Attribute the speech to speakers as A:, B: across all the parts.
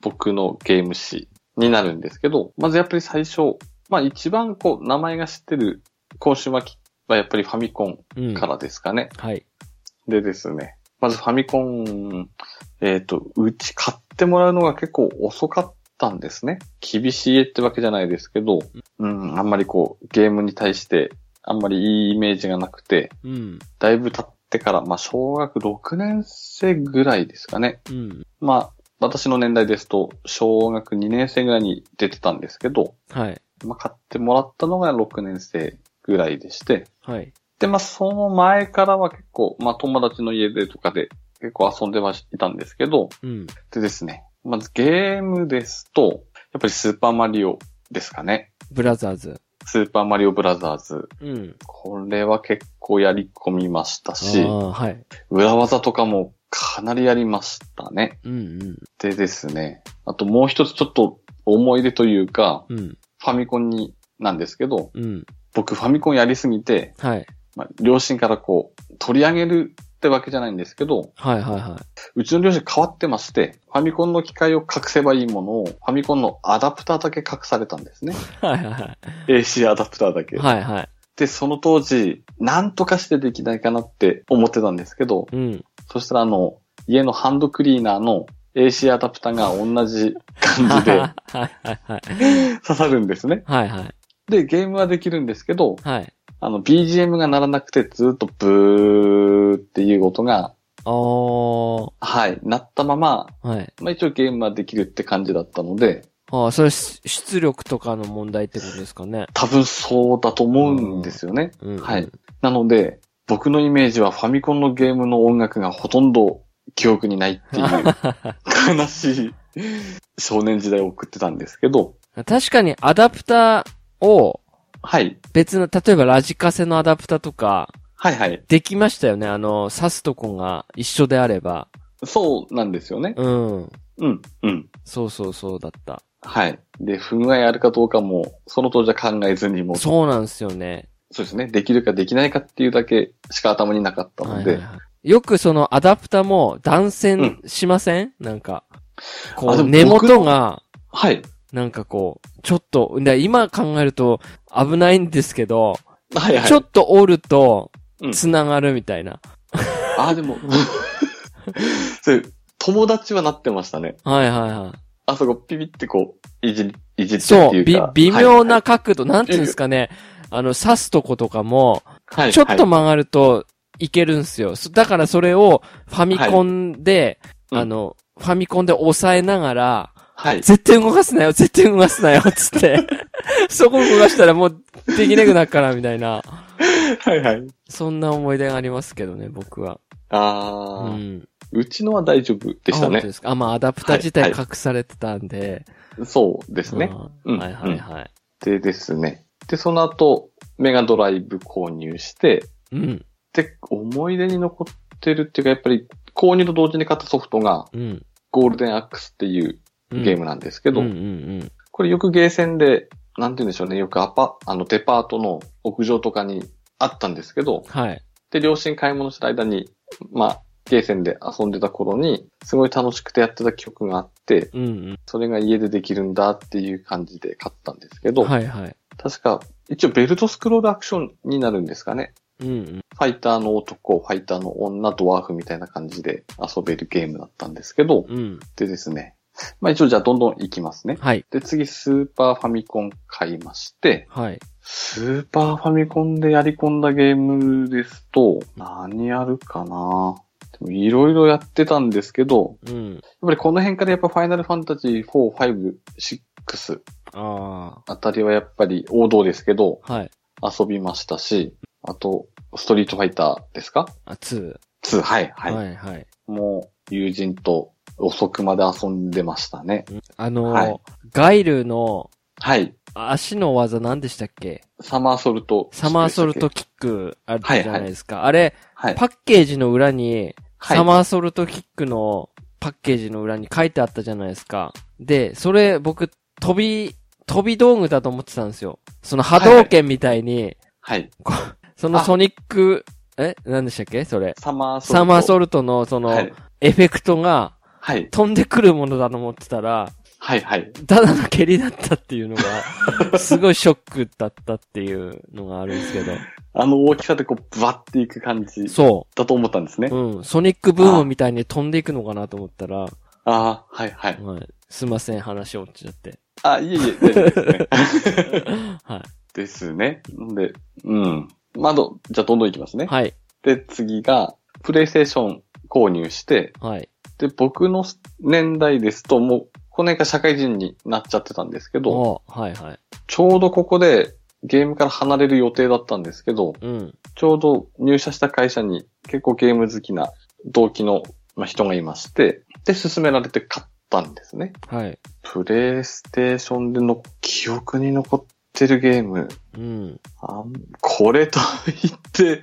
A: 僕のゲーム誌になるんですけど、まずやっぱり最初、まあ一番こう、名前が知ってる今週巻きはやっぱりファミコン
B: うん。
A: からですかね。
B: はい。
A: でですね、まずファミコン、えっ、と、うち買ってもらうのが結構遅かったんですね。厳しいってわけじゃないですけど、うん、あんまりこう、ゲームに対して、あんまりいいイメージがなくて、
B: うん。
A: だいぶ経ってから、まあ、小学6年生ぐらいですかね。
B: うん。
A: まあ、私の年代ですと、小学2年生ぐらいに出てたんですけど、
B: はい。
A: まあ、買ってもらったのが6年生ぐらいでして、
B: はい。
A: で、まあ、その前からは結構、まあ、友達の家でとかで結構遊んでましいたんですけど、
B: うん。
A: でですね、まずゲームですと、やっぱりスーパーマリオですかね。
B: ブラザーズ。
A: スーパーマリオブラザーズ。
B: うん。
A: これは結構やり込みましたし、
B: ああ、はい。
A: 裏技とかもかなりやりましたね。
B: うんうん。
A: でですね、あともう一つちょっと思い出というか、
B: うん。
A: ファミコンに、なんですけど、
B: うん。
A: 僕ファミコンやりすぎて、
B: はい。
A: まあ、両親からこう、取り上げるってわけじゃないんですけど、
B: はいはいは
A: うちの両親変わってまして、ファミコンの機械を隠せばいいものを、ファミコンのアダプターだけ隠されたんですね。
B: い。はいはいは
A: AC アダプターだけ。
B: い。はいはい。
A: で、その当時、なんとかしてできないかなって思ってたんですけど、
B: うん。
A: そしたらあの、家のハンドクリーナーの AC アダプターが同じ感じ
B: はい
A: で
B: はいはい。
A: 刺さるんですね。
B: はいはい。
A: で、ゲームはできるんですけど、
B: はい。
A: あの、BGM が鳴らなくてずっとブーっていう音が、
B: おー。
A: はい、鳴ったまま、
B: はい。
A: まあ一応ゲームはできるって感じだったので、
B: ああ、それし出力とかの問題ってことですかね。
A: 多分そうだと思うんですよね。
B: うん、うん。
A: はい。なので、僕のイメージはファミコンのゲームの音楽がほとんど記憶にないっていう悲しい少年時代を送ってたんですけど、
B: 確かにアダプターを
A: はい。
B: 別の、例えばラジカセのアダプターとか、
A: はいはい。
B: できましたよね。あの、刺すとこが一緒であれば。
A: そうなんですよね。
B: うん。
A: うん、うん。
B: そうそうそうだった。
A: はい。で、不具合あるかどうかも、その当時は考えずにもう、そう
B: そうなんですよね。
A: ですね。できるかできないかっていうだけしか頭になかった
B: は
A: の
B: い
A: で。
B: はいはい。よくそのアダプタも断線しません、なんか。こ
A: あで
B: う、
A: も
B: 根
A: 僕
B: 元が、
A: はい。
B: なんかこう、ちょっと、で今考えると危ないんですけど、
A: はいはい。
B: ちょっと折ると
A: う、ん
B: 繋がるみたいな。
A: あ、でも、 それ、友達はなってましたね。
B: はいはいは
A: あそこピピってこう、いじ、いじって
B: い。そ
A: って
B: う、
A: いう
B: び
A: か。
B: 微妙
A: は
B: ない角度、なんていうんですかね。あの、刺すとことかも、
A: はい、はい
B: ちょっと曲がるといけるんすよ。そだからそれをファミコンで、
A: はい
B: あの、ファミコンで押さえながら、
A: はい。
B: 絶対動かすなよ、絶対動かすなよ、つって。 そこ動かしたらもうできなくなるから、みたいな。
A: はいはい。
B: そんな思い出がありますけどね、僕は。う
A: あー、
B: ん。
A: うちのは大丈夫でした
B: あ本当
A: ね
B: で。すかあ、まあ、アダプター自体
A: はいは
B: 隠されてたんで。
A: そうですね。
B: う
A: うんん
B: はいはいはい。
A: でですね。で、その後、メガドライブ購入して、
B: うん。
A: で、思い出に残ってるっていうか、やっぱり購入と同時に買ったソフトが、
B: うん。
A: ゴールデンアックスっていう
B: うん
A: ゲームなんですけど、
B: うんうん
A: これよくゲーセンで、なんて言うんでしょうね、よくアパ、あの、デパートの屋上とかにあったんですけど
B: うん。、はい。
A: で、両親買い物した間に、まあ、ゲーセンで遊んでた頃に、すごい楽しくてやってた曲があって、
B: うん
A: それが家でできるんだっていう感じで買ったんですけ
B: う
A: ど、
B: ん。はいはい。
A: 確か、一応ベルトスクロールアクションになるんですかね。
B: うんうん。
A: ファイターの男、ファイターの女、ドワーフみたいな感じで遊べるゲームだったんですけど、
B: うん。
A: でですね。まあ一応じゃあどんどん行きますね。
B: はい。
A: で、次スーパーファミコン買いまして、
B: はい。
A: スーパーファミコンでやり込んだゲームですと、何やるかなでもいろいろやってたんですけど、
B: うん。
A: やっぱりこの辺からやっぱファイナルファンタジー4、5、6
B: あ
A: あたりはやっぱり王道ですけど、
B: あ。はい。
A: 遊びましたし、あと、ストリートファイターですか
B: あ、2。
A: ?2、はい、
B: は
A: はいい。
B: はい。
A: もう、友人と遅くまで遊んでましたね。
B: あのー
A: はい
B: ガイルの
A: はい。
B: 足の技何でしたっけ
A: サマーソルト。
B: サマーソルト。キックあるじゃないですか。あれ、
A: はい。
B: パッケージの裏に、
A: はい
B: サマーソルトキックのパッケージの裏に書いてあったじゃないですか。で、それ僕、飛び、飛び道具だと思ってたんですよ。その波動拳みたいに、
A: はい。
B: その
A: あ
B: ソニック、え何でしたっけそれ。
A: サマーソルト。
B: サマーソルトのその
A: はい。
B: エフェクトが
A: はい。
B: 飛んでくるものだと思ってたら、
A: はい、はい。
B: ただの蹴りだったっていうの が、すごいショックだったっていうのがあるんですけど。
A: あの大きさでこう、ブワっていく感じ
B: そ
A: だと思ったんですね。
B: う。うん。ソニックブームみたいに飛んでいくのかなと思ったら、は
A: ああ、はい、はい。
B: い。すいません、話落ちちゃって。
A: あ、いえいえ、大丈夫ですね。
B: は
A: ですね。んで、うん。まあど、じゃあどんどんいきますね。
B: い。はい。
A: で、次が、プレイステーション購入して、
B: はい。
A: で、僕の年代ですと、もう、この辺が社会人になっちゃってたんですけど、
B: おはいはい。
A: ちょうどここでゲームから離れる予定だったんですけど、
B: うん。
A: ちょうど入社した会社に結構ゲーム好きな同期のまあ人がいまして、で、勧められて買ったんですね。
B: はい。
A: プレイステーションでの記憶に残ってるゲーム、
B: うん。
A: あんこれと言って、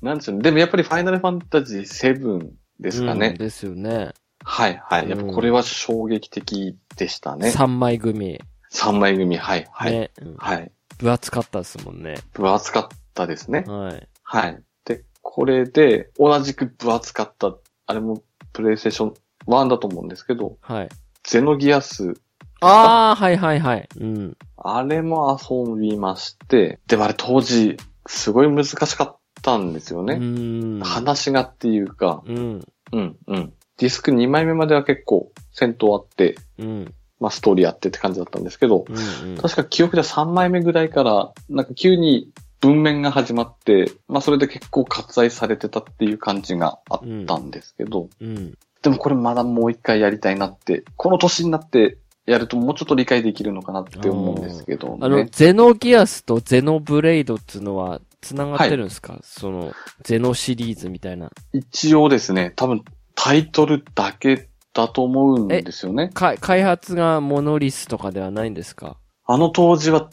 A: なんでしょうね。でもやっぱりファイナルファンタジー7ですかね。
B: うんですよね。
A: はいはい。やっぱこれは衝撃的でしたね。
B: 3枚組。
A: 3枚組、はいはい。
B: ね。うん
A: はい。
B: 分厚かったですもんね。
A: 分厚かったですね。
B: はい。
A: はい。で、これで、同じく分厚かった、あれもプレイステーション1だと思うんですけど、
B: はい。
A: ゼノギアス、
B: ああ、はいはいはい。うん。
A: あれも遊びまして、でもあれ当時、すごい難しかったんですよ
B: う
A: ね。
B: ん。
A: 話がっていうか、
B: うん。
A: うん、うん。ディスク2枚目までは結構戦闘あって、
B: うん。
A: まあストーリーあってって感じだったんですけど、
B: うん。うん
A: 確か記憶では3枚目ぐらいから、なんか急に文面が始まって、まあそれで結構割愛されてたっていう感じがあったんですけど、
B: うん。
A: でもこれまだもう一回やりたいなって、この年になってやるともうちょっと理解できるのかなって思うんですけど、
B: あの、
A: ね。
B: ゼノギアスとゼノブレイドっていうのは、繋がってるんですか、その、ゼノシリーズみたいな。
A: 一応ですね、多分タイトルだけだと思うんですよね。
B: か、開発がモノリスとかではないんですか。
A: あの当時は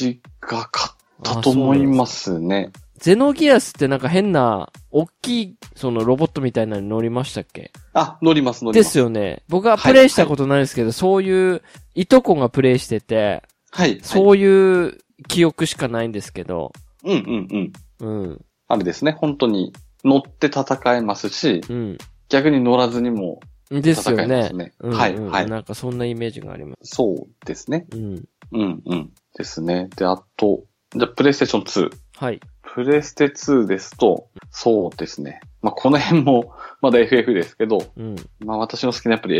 A: 違かったと思いますすね。
B: ゼノギアスってなんか変な、大きい、そのロボットみたいなのに乗りましたっけ
A: あ、乗ります乗り
B: で
A: ます。
B: すよね。僕はプレイしたことないですけど、そういう、いとこがプレイしてて、
A: はい。。
B: そうういう記憶しかないんですけど、
A: うんうんうん。
B: うん、
A: あれですね、本当に乗って戦えますし、
B: うん。
A: 逆に乗らずにも
B: です
A: 戦
B: よ
A: えま
B: ね
A: す。ね。
B: うん
A: はい、
B: うん
A: はい。
B: なんかそんなイメージがありま
A: そうですね。
B: す。うん。
A: うん、うん。ですね。で、あと、じゃあ、プレイステーション2。
B: はい。
A: プレステ2ですと、そうですね。まあ、この辺も、 まだ FF ですけど、
B: うん。
A: まあ、私の好きなやっぱり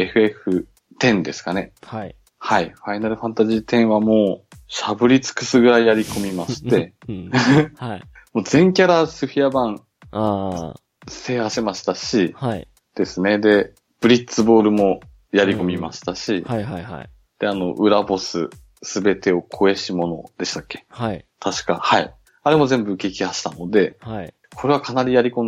A: FF10 ですかね。
B: はい。
A: はい。ファイナルファンタジー10はもう、しゃぶり尽くすぐらいやり込みま して、
B: うん。 はい。
A: もう全キャラスフィア版
B: あ
A: 制覇しましたし、
B: あ。はい。
A: ですね。で、ブリッツボールもやり込みましたし、
B: はいはいはい。
A: で、あの、裏ボス、すべてを超えし者でしたっけ
B: はい。破
A: 確か、はい。あれも全部撃破したので、
B: はい。
A: これはかなりやり込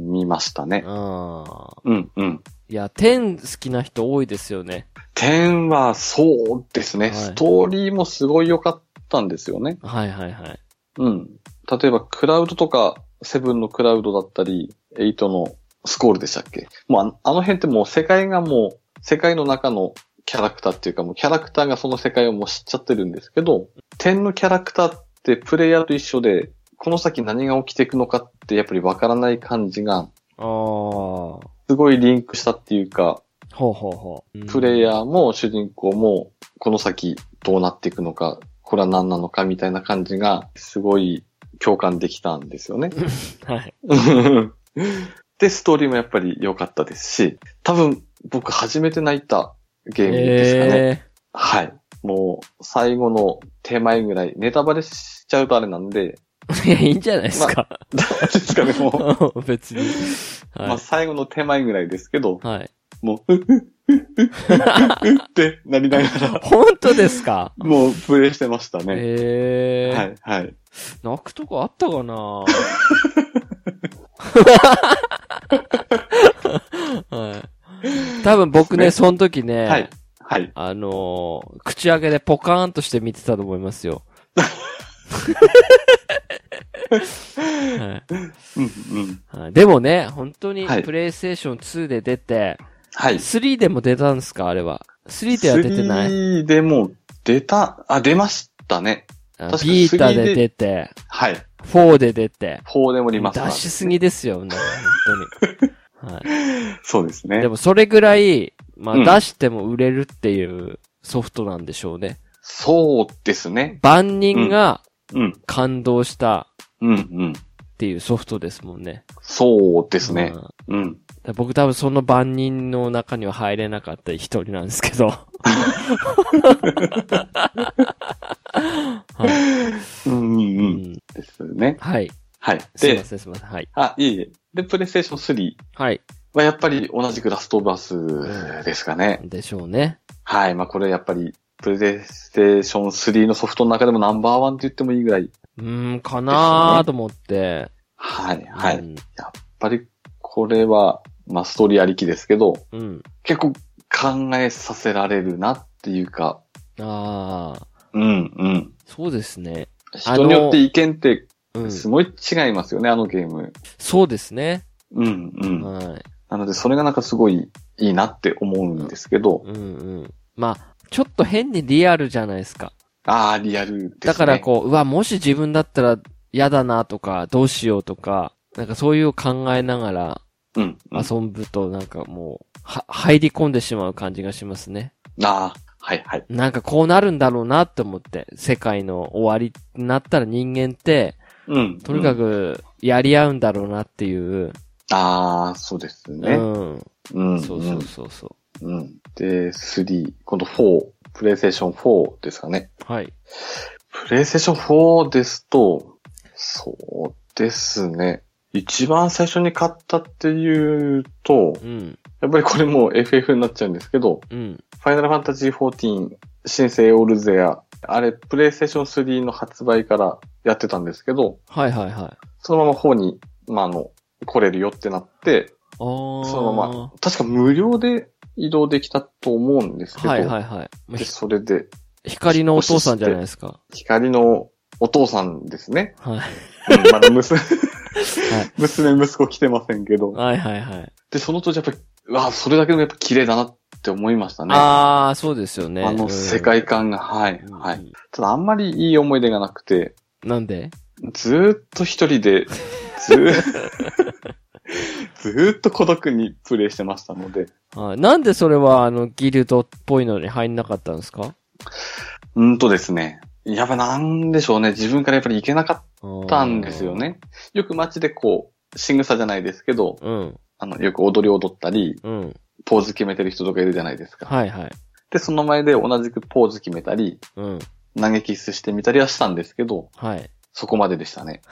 A: みましたね。
B: ああ。
A: うん、うん。
B: いや、天好きな人多いですよね。
A: 点は、そうですね、
B: はい
A: ストーリーもすごい良かったんですよね。
B: はいはいはい。
A: うん。例えば、クラウドとか、セブンのクラウドだったり、エイトのスコールでしたっけもうあの、あの辺ってもう世界がもう、世界の中のキャラクターっていうか、もうキャラクターがその世界をもう知っちゃってるんですけど、点のキャラクターってプレイヤーと一緒で、この先何が起きていくのかってやっぱりわからない感じが、
B: ああ。ほ
A: すごいリンクしたっていうか、
B: うほうほう。
A: プレイ
B: ー。
A: ヤーも主人公も、この先どうなっていくのか、これは何なのかみたいな感じが、すごい共感できたんですよね。
B: はい。
A: で、ストーリーもやっぱり良かったですし、多分僕初めて泣いたゲームですかね。
B: え
A: はい。もう最後の手前ぐらい、ネタバレしちゃうとあれなんで、
B: え。いや、いいんじゃないですか。
A: どうですかね、もう。
B: 別に。
A: ま
B: は
A: あ最後の手前ぐらいですけど
B: い。、はい。
A: もう、うっうっうっうっうっってなりながら、
B: 本当ですか
A: もうプレイしてましたね。
B: ええ。
A: はい、はい。
B: 泣くとこあった かなはい。多分僕ね、
A: です
B: その時ね、
A: はい、はい。
B: あのー口開けでポカーンとして見てたと思いますよ。は
A: うん、うん。
B: いはい、でもね、本当に
A: はい
B: プレイステーション2で出て、
A: はい。
B: 3でも出たんですかあれは。3では出てない。
A: 3でも出た、あ、出ましたね。
B: あ
A: 確か
B: ビータ
A: 3D
B: で出て、
A: はい。
B: 4で出て。
A: 4でも出ました。
B: 出しすぎですよ、ね、本当に。はい
A: そうですね。
B: でもそれぐらい、ま
A: うん
B: あ出しても売れるっていうソフトなんでしょうね。
A: そうですね。
B: 万人が
A: うん。
B: 感動した
A: うん、うん。
B: っていうソフトですもんね。
A: そうですね
B: う。ん
A: うん。
B: だ僕多分その万人の中には入れなかった一人なんですけど。はい
A: うん、うん、
B: う
A: うん。
B: ん
A: ですね。
B: はい。
A: はい。
B: すいま
A: で、
B: せん、すいません。はい。
A: あ、いえいえ。で、プレイステーション3
B: はい。
A: はやっぱり同じくラストバスですかね。
B: でしょうね。
A: はい。まあこれやっぱり、プレイステーション3のソフトの中でもナンバーワンって言ってもいいぐらい。
B: うーん、かなーと思って。
A: はい、はい。
B: う
A: やっ
B: ん。
A: ぱり、これは、まあストーリーありきですけど、
B: うん。
A: 結構考えさせられるなっていうか、
B: ああ、
A: うん、うん。
B: そうですね。あ
A: 人
B: の
A: によって意見って
B: うん。
A: すごい違いますよね、あのゲーム。
B: そうですね。
A: うん、うん。
B: はい。
A: なので、それがなんかすごいいいなって思うんですけど、
B: うんうん。まあ、ちょっと変にリアルじゃないですか。
A: ああ、リアルですね。
B: だからこう、うわ、もし自分だったら嫌だなとか、どうしようとか、なんかそういう考えながら
A: う、うん、うん。
B: 遊ぶとなんかもう、は、入り込んでしまう感じがしますね。
A: ああ、はい、はい。
B: なんかこうなるんだろうなって思って、世界の終わりになったら人間って、
A: うん。
B: とにか
A: く。
B: くやり合うんだろうなっていう。
A: ああ、そうです
B: うん。
A: ね。うん。うん、
B: そうそうそうそ
A: うん。で、3、今度4、プレイステーション4ですかね。
B: う。はい。
A: プレイステーション4ですと、そうですね。一番最初に買ったっていうと
B: う、ん。
A: やっぱりこれもう FF になっちゃうんですけど、
B: うん。
A: ファイナルファンタジー14、新生オールゼア、あれ、プレイステーション3の発売からやってたんですけど、
B: はいはいはい。
A: そのまま4に、まあ、あの、来れるよってなって、
B: あー
A: そのまま、確か無料で移動できたと思うんですけど、
B: はいはいはい。もう
A: で
B: ひ
A: それで、
B: 光のお父さんじゃないですか。
A: 光のお父さんですね。
B: はい。
A: うんまだ 娘、娘、息子来てませんけど。
B: はいはいはい。
A: で、その当時やっぱり、うわあ、それだけでもやっぱ綺麗だなって思いましたね。
B: ああ、そうですよね。
A: あの世界観が、はい、
B: うん、
A: は
B: う
A: い。
B: ん。
A: ただあんまりいい思い出がなくて、
B: なんで
A: ずーっと一人で、ずーずーっと孤独にプレイしてましたので、
B: はいなんでそれは、あの、ギルドっぽいのに入んなかったんですか
A: うんとですね、やっぱなんでしょうね、自分からやっぱり行けなかっ
B: あー
A: たんですよ。ね。よく街でこう、仕草じゃないですけど、
B: うん、
A: あの、よく踊り踊ったり、
B: うん。
A: ポーズ決めてる人とかいるじゃないですか。
B: はいはい。
A: で、その前で同じくポーズ決めたり、
B: うん、
A: 投げキッスしてみたりはしたんですけど、
B: はい。
A: そこまででしたね。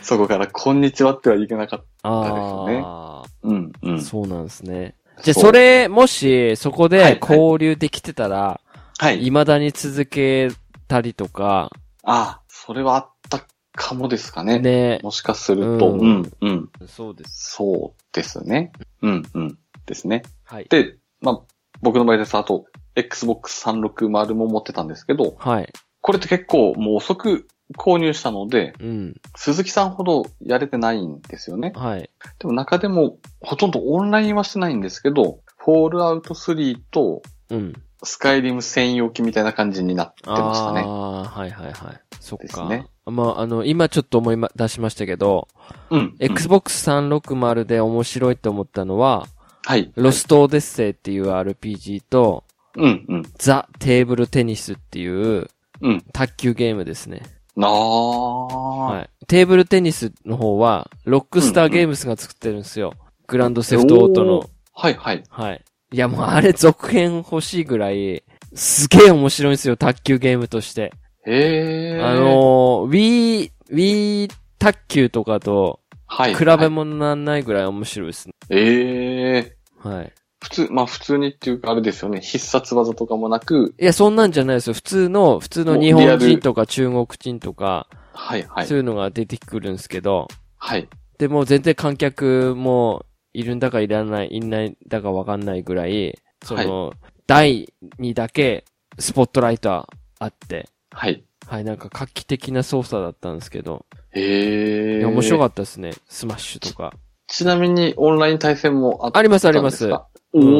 A: そこから、こんにちはってはいけなかった。
B: ああ、
A: うん、うん。
B: そうなんですね。じゃあ、それ、もし、そこ
A: はいは
B: で
A: い
B: 交流できてたら、
A: う、はい。
B: 未だに続けたりとか、
A: ああ、それはあったかもですかね。
B: ね、
A: もしかすると、
B: う
A: うんん、うん、うん。
B: そうです。
A: そうですね。うん、うん。ですね。
B: はい。
A: で、まあ、僕の場合ですと、あと、Xbox 360も持ってたんですけど、
B: はい。
A: これって結構もう遅く購入したので、
B: うん。
A: 鈴木さんほどやれてないんですよね。
B: はい。
A: でも中でもほとんどオンラインはしてないんですけど、フォールアウト3と
B: うん。
A: スカイリム専用機みたいな感じになってましたね。
B: ああ、はいはいはい。そっ
A: です
B: か。
A: ね
B: まあ、あの、今ちょっと思いま出しましたけど、
A: うん。
B: Xbox 360で面白いと思ったのは、
A: はい。
B: ロストオデッセイっていう RPG と、
A: うん、うん。
B: ザ・テーブルテニスっていう
A: うん。
B: 卓球ゲームですね。
A: なあ、
B: はい。テーブルテニスの方は、ロックスターゲームスが作ってるんですよ。グランドセフトオート
A: お
B: の
A: ー。はい、はい。
B: はい。いやもうあれ続編欲しいぐらい、すげえ面白いんですよ、卓球ゲームとして。
A: へえ。
B: あ、のー、Wii、Wii 卓球とかと
A: はい。
B: 比べ物にならないぐらい面白いですね。
A: ええ
B: はい。
A: 普通、まあ普通にっていうかあれですよね。必殺技とかもなく、
B: いや、そんなんじゃないですよ。普通の、普通の日
A: もうリア
B: 本
A: ル
B: 人とか中国人とか、
A: はい、はい
B: そ。ういうのが出てくるんですけど、
A: はい。
B: でもう全然観客もいるんだかいらない、いないんだかわかんないぐらい、その、第2だけスポットライトあって、
A: はい。
B: はい、なんか画期的な操作だったんですけど、
A: へ
B: い
A: え。
B: や面白
A: っ
B: かったですね。スマッシュとか。
A: た。ちなみにオンライン対戦もあった
B: ありますあり
A: ん
B: ま
A: ですす。か
B: う
A: お
B: ん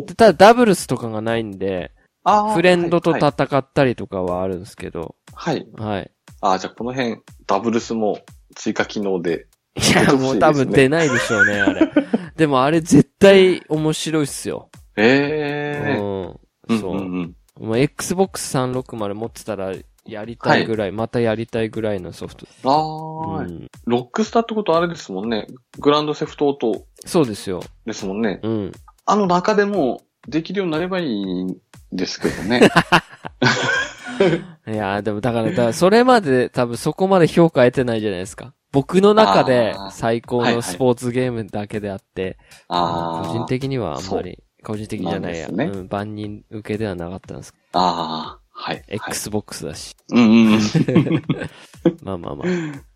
A: お、
B: でただダブルスとかがないんで、
A: あー
B: フレンドと
A: はいはい
B: 戦ったりとかはあるんですけど、
A: はい。
B: はい。
A: ああ、じゃあこの辺、ダブルスも追加機能で
B: いや、もう多分出ないでしょうね、あれ。でもあれ絶対面白いっすよ。
A: ええ
B: う
A: ー。
B: ん。そう。
A: んんん
B: もう Xbox 360持ってたらやりたいぐらい、またやりたいぐらいのソフト。
A: あー、
B: うん、
A: ロックスターってことはあれですもんね。グランドセフトオート
B: そうですよ。
A: ですもんね。
B: うん。
A: あの中でもできるようになればいいんですけど ね。
B: いやーでもだから、だからそれまで多分そこまで評価得てないじゃないですか。僕の中で
A: あー
B: 最高のスポーツゲームだけであって、
A: ああ。
B: 個人的にはあんまり、個人的じゃないや、
A: なんです
B: うん、万人受けではなかったんです。
A: ああ。はい。はい。
B: Xbox だ し。
A: うんうんうん。
B: まあまあまあ。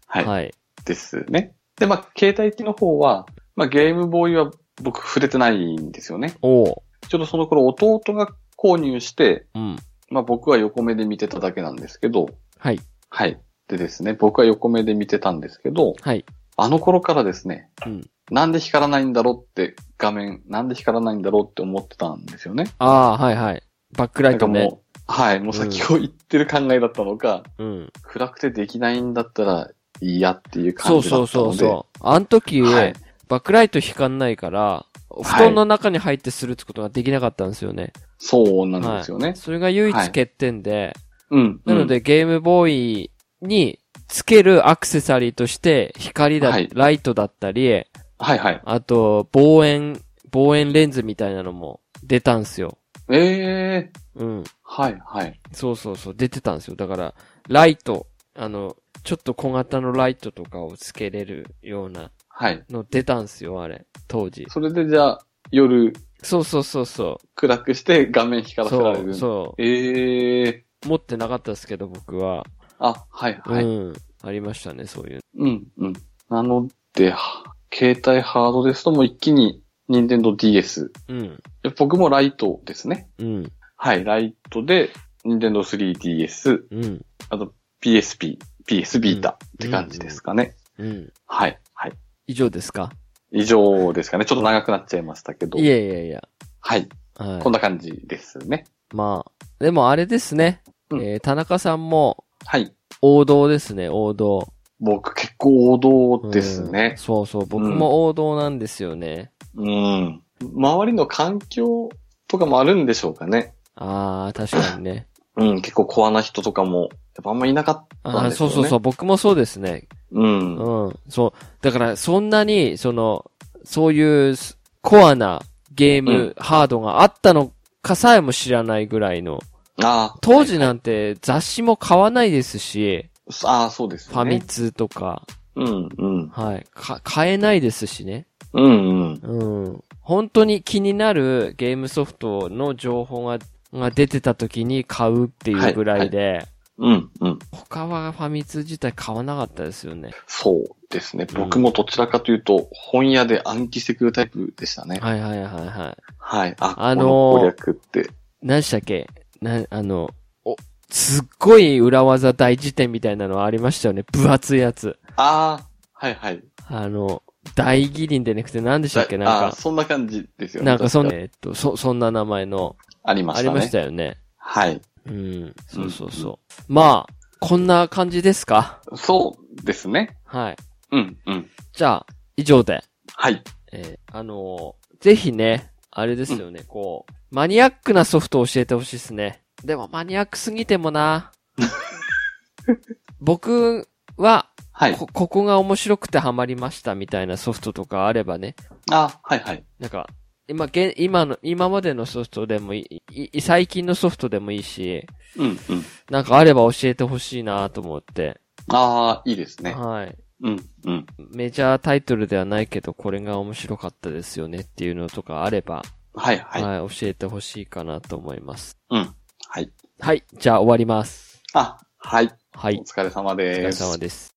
A: はい。
B: はい。
A: ですね。で、まあ、携帯機の方は、まあ、ゲームボーイは僕触れてないんですよね。
B: おう。
A: ちょうどその頃弟が購入して、
B: うん。
A: まあ、僕は横目で見てただけなんですけど、
B: はい。
A: はい。でですね、僕は横目で見てたんですけど、
B: はい。
A: あの頃からですね、
B: うん。
A: なんで光らないんだろうって画面、なんで光らないんだろうって思ってたんですよね。
B: ああー、はいはい。バックラ
A: なん
B: イ
A: か
B: トね。
A: もう、はい、もう先を言ってる考えだったのか、
B: うん。
A: 暗くてできないんだったら嫌っていう
B: そ
A: 感
B: う
A: じだ
B: そ
A: っ
B: う
A: た
B: そ
A: の
B: う
A: で。
B: そう。あの時、
A: はい
B: バックライト光んないから、布団の中に入ってするってことができなかったんですよね。
A: そうなんですよね。
B: それが唯一
A: はい
B: 欠点で、
A: うん。
B: なのでゲームボーイにつけるアクセサリーとして、光だ、
A: はい
B: ライトだったり、
A: うん、はいはい。
B: あと、望遠、望遠レンズみたいなのも出たんすよ。
A: ええ
B: うん。
A: はいはい。
B: そうそうそう、出てたんですよ。だから、ライト、あの、ちょっと小型のライトとかをつけれるような
A: はい。
B: の出たんすよ、あれ。当時。
A: それでじゃあ、夜
B: そうそうそうそ
A: 暗くして画面
B: う。
A: 光らせられ
B: そ
A: る。
B: う、そ
A: ええ
B: う。持ってなかったですけど、僕は。
A: あ、はいはい。
B: うん。ありましたね、そういう。
A: うん、うん。なので、は携帯ハードですともう一気に Nintendo DS。
B: うん。
A: いや僕もライトですね。
B: うん。
A: はい、ライトで Nintendo 3DS、
B: うん。
A: PSP、PS ビータって感じですかね。
B: うん。
A: はい、はい。
B: 以上ですか
A: 以上ですかね。ちょっと長くなっちゃいましたけど。
B: いやいやいや。
A: はい。
B: はい
A: こん。な感じですね。
B: まあ、でもあれですね。
A: うん
B: えー田中さんも、
A: はい。
B: 王道ですね、王道。
A: 僕結構王道です
B: うん
A: ね。
B: そうそう、僕も王道なんですよね。
A: うん。周りの環境とかもあるんでしょうかね。
B: ああ、確かにね。
A: うん、結構コアな人とかも、やっぱあんまいなかっ
B: あ
A: なん
B: あ、
A: ですよ
B: そ
A: ね
B: うそうそう、僕もそうですね。
A: た。うん。
B: うん。そう。だから、そんなに、その、そういうすコアなゲーム、
A: うん
B: ハードがあったのかさえも知らないぐらいの。
A: ああ。
B: 当時
A: はい
B: なんて雑誌も買わないですし、
A: ああ、そうです
B: ファ
A: よね。
B: ミ通とか、
A: うん、うん。
B: はい。か、買えないですしね。
A: うん、うん。
B: うん。本当に気になるゲームソフトの情報が、が出てた時に買うっていうぐらいで、
A: うん、うん。
B: 他はファミ通自体買わなかったですよね。
A: そうですね。僕もどちらかというと、本屋で暗記してくるタイプでしたね。
B: はいはいはいは
A: はい。あ、
B: あ
A: あ
B: の
A: の
B: ー
A: 攻略って。
B: い。何でしたっけな、あの、お、すっごい裏技大辞典みたいなのありましたよね。分厚いやつ。
A: ああ、はいはい。
B: あの、大義林でなくて何でしたっけな
A: あ
B: ん
A: ー
B: か、
A: そんな感じですよね。
B: なんかそん
A: 確
B: な、えっと、そ、そんな名前の、
A: ありま
B: あ
A: し
B: り
A: たね。
B: ましたよね。
A: はい。
B: うん。そうそうそう。まあ、こんな感じですか
A: そうですね。
B: はい。
A: うん、うん。
B: じゃあ、以上で。
A: はい。
B: えーあのーぜひね、あれですよね、こう、マニアックなソフトを教えてほしいですね。でもマニアックすぎてもな。僕は
A: はい。
B: こ、ここが面白くてハマりましたみたいなソフトとかあればね、
A: あはいはい。
B: なんか、今、現今の、今までのソフトでもいい、い最近のソフトでもいいし、
A: うん、うん。
B: なんかあれば教えてほしいなと思って。
A: ああ、いいですね。
B: はい。
A: うん、うん。
B: メジャータイトルではないけど、これが面白かったですよねっていうのとかあれば、
A: はいはい。
B: はい、教えてほしいかなと思います。
A: うん。はい。
B: はい、じゃあ終わります。
A: あ、はい。
B: は
A: お
B: い、
A: 疲れ様
B: お疲
A: で
B: れ
A: す
B: 様。です。